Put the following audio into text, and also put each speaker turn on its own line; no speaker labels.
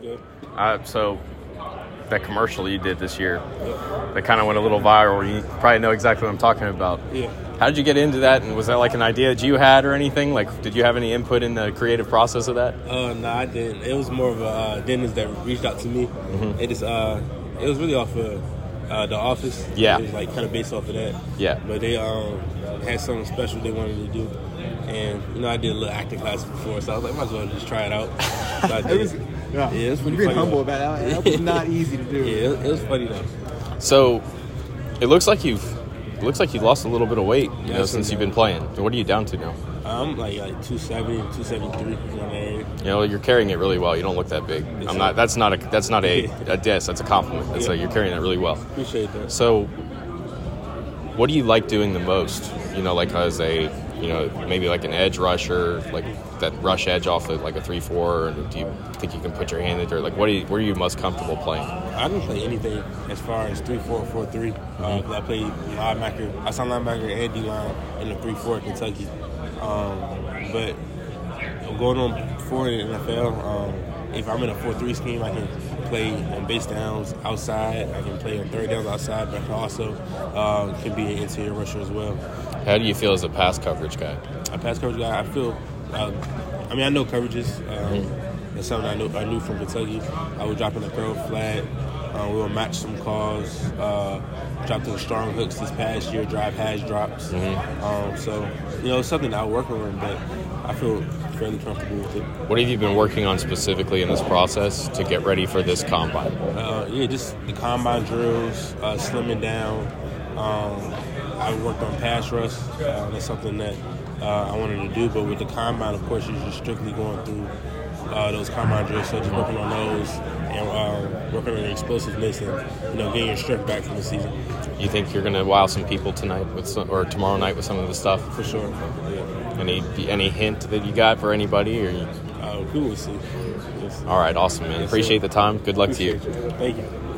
good.
Uh, so that commercial you did this year, that kind of went a little viral. You probably know exactly what I'm talking about.
Yeah.
How did you get into that? And was that like an idea that you had or anything? Like, did you have any input in the creative process of that?
Uh, no, I didn't. It was more of a uh, dentist that reached out to me.
Mm-hmm.
It is. Uh, it was really off of uh, the office.
Yeah.
It was like kind of based off of that.
Yeah.
But they um had something special they wanted to do, and you know I did a little acting class before, so I was like, might as well just try it out. So I did.
It was, yeah.
Yeah, it's pretty
You're being
funny,
humble
though.
about it. That was not easy to do.
Yeah, it, it was funny though.
So it looks like you've it looks like you lost a little bit of weight you know,
Yes,
since
I
you've
did.
been playing. What are you down to now?
I'm like like 270, 273 around that area.
You know, you're carrying it really well. You don't look that big. I'm not. That's not a. That's not a. a diss. That's a compliment. That's a, you're carrying that really well.
Appreciate that.
So, what do you like doing the most? You know, like as a, you know, maybe like an edge rusher, like that rush edge off of like a three four. Or do you think you can put your hand in there? Like, what do you, where are you most comfortable playing?
I didn't play anything as far as three four four three. Uh, 'cause I played linebacker, outside linebacker, and D line in the three four at Kentucky. Um, but going on four in the NFL, um, if I'm in a four three scheme, I can play on base downs outside. I can play on third downs outside, but I can also um, can be an interior rusher as well.
How do you feel as a pass coverage guy?
I pass coverage guy. I feel. Uh, I mean, I know coverages. Um, That's something I knew. I knew from Kentucky. I was dropping the curl flat. Uh, we will match some calls. Uh, dropped the strong hooks this past year. Drive hash drops. Um, so you know, it's something that I work on, but I feel fairly comfortable with it.
What have you been working on specifically in this process to get ready for this combine?
Uh, yeah, just the combine drills, uh, slimming down. Um, I worked on pass rush. Uh, that's something that uh, I wanted to do. But with the combine, of course, you're just strictly going through uh, those combine drills. So just working on those and uh, working on your explosiveness and you know getting your strength back from the season
You think you're going to wow some people tonight with some, or tomorrow night with some of the stuff?
for sure. Yeah.
Any any hint that you got for anybody? Or you,
Uh, we will see. Yes.
all right, awesome man.
Yes, sir.
Appreciate the time. Good luck to you.
Appreciate you. Thank you.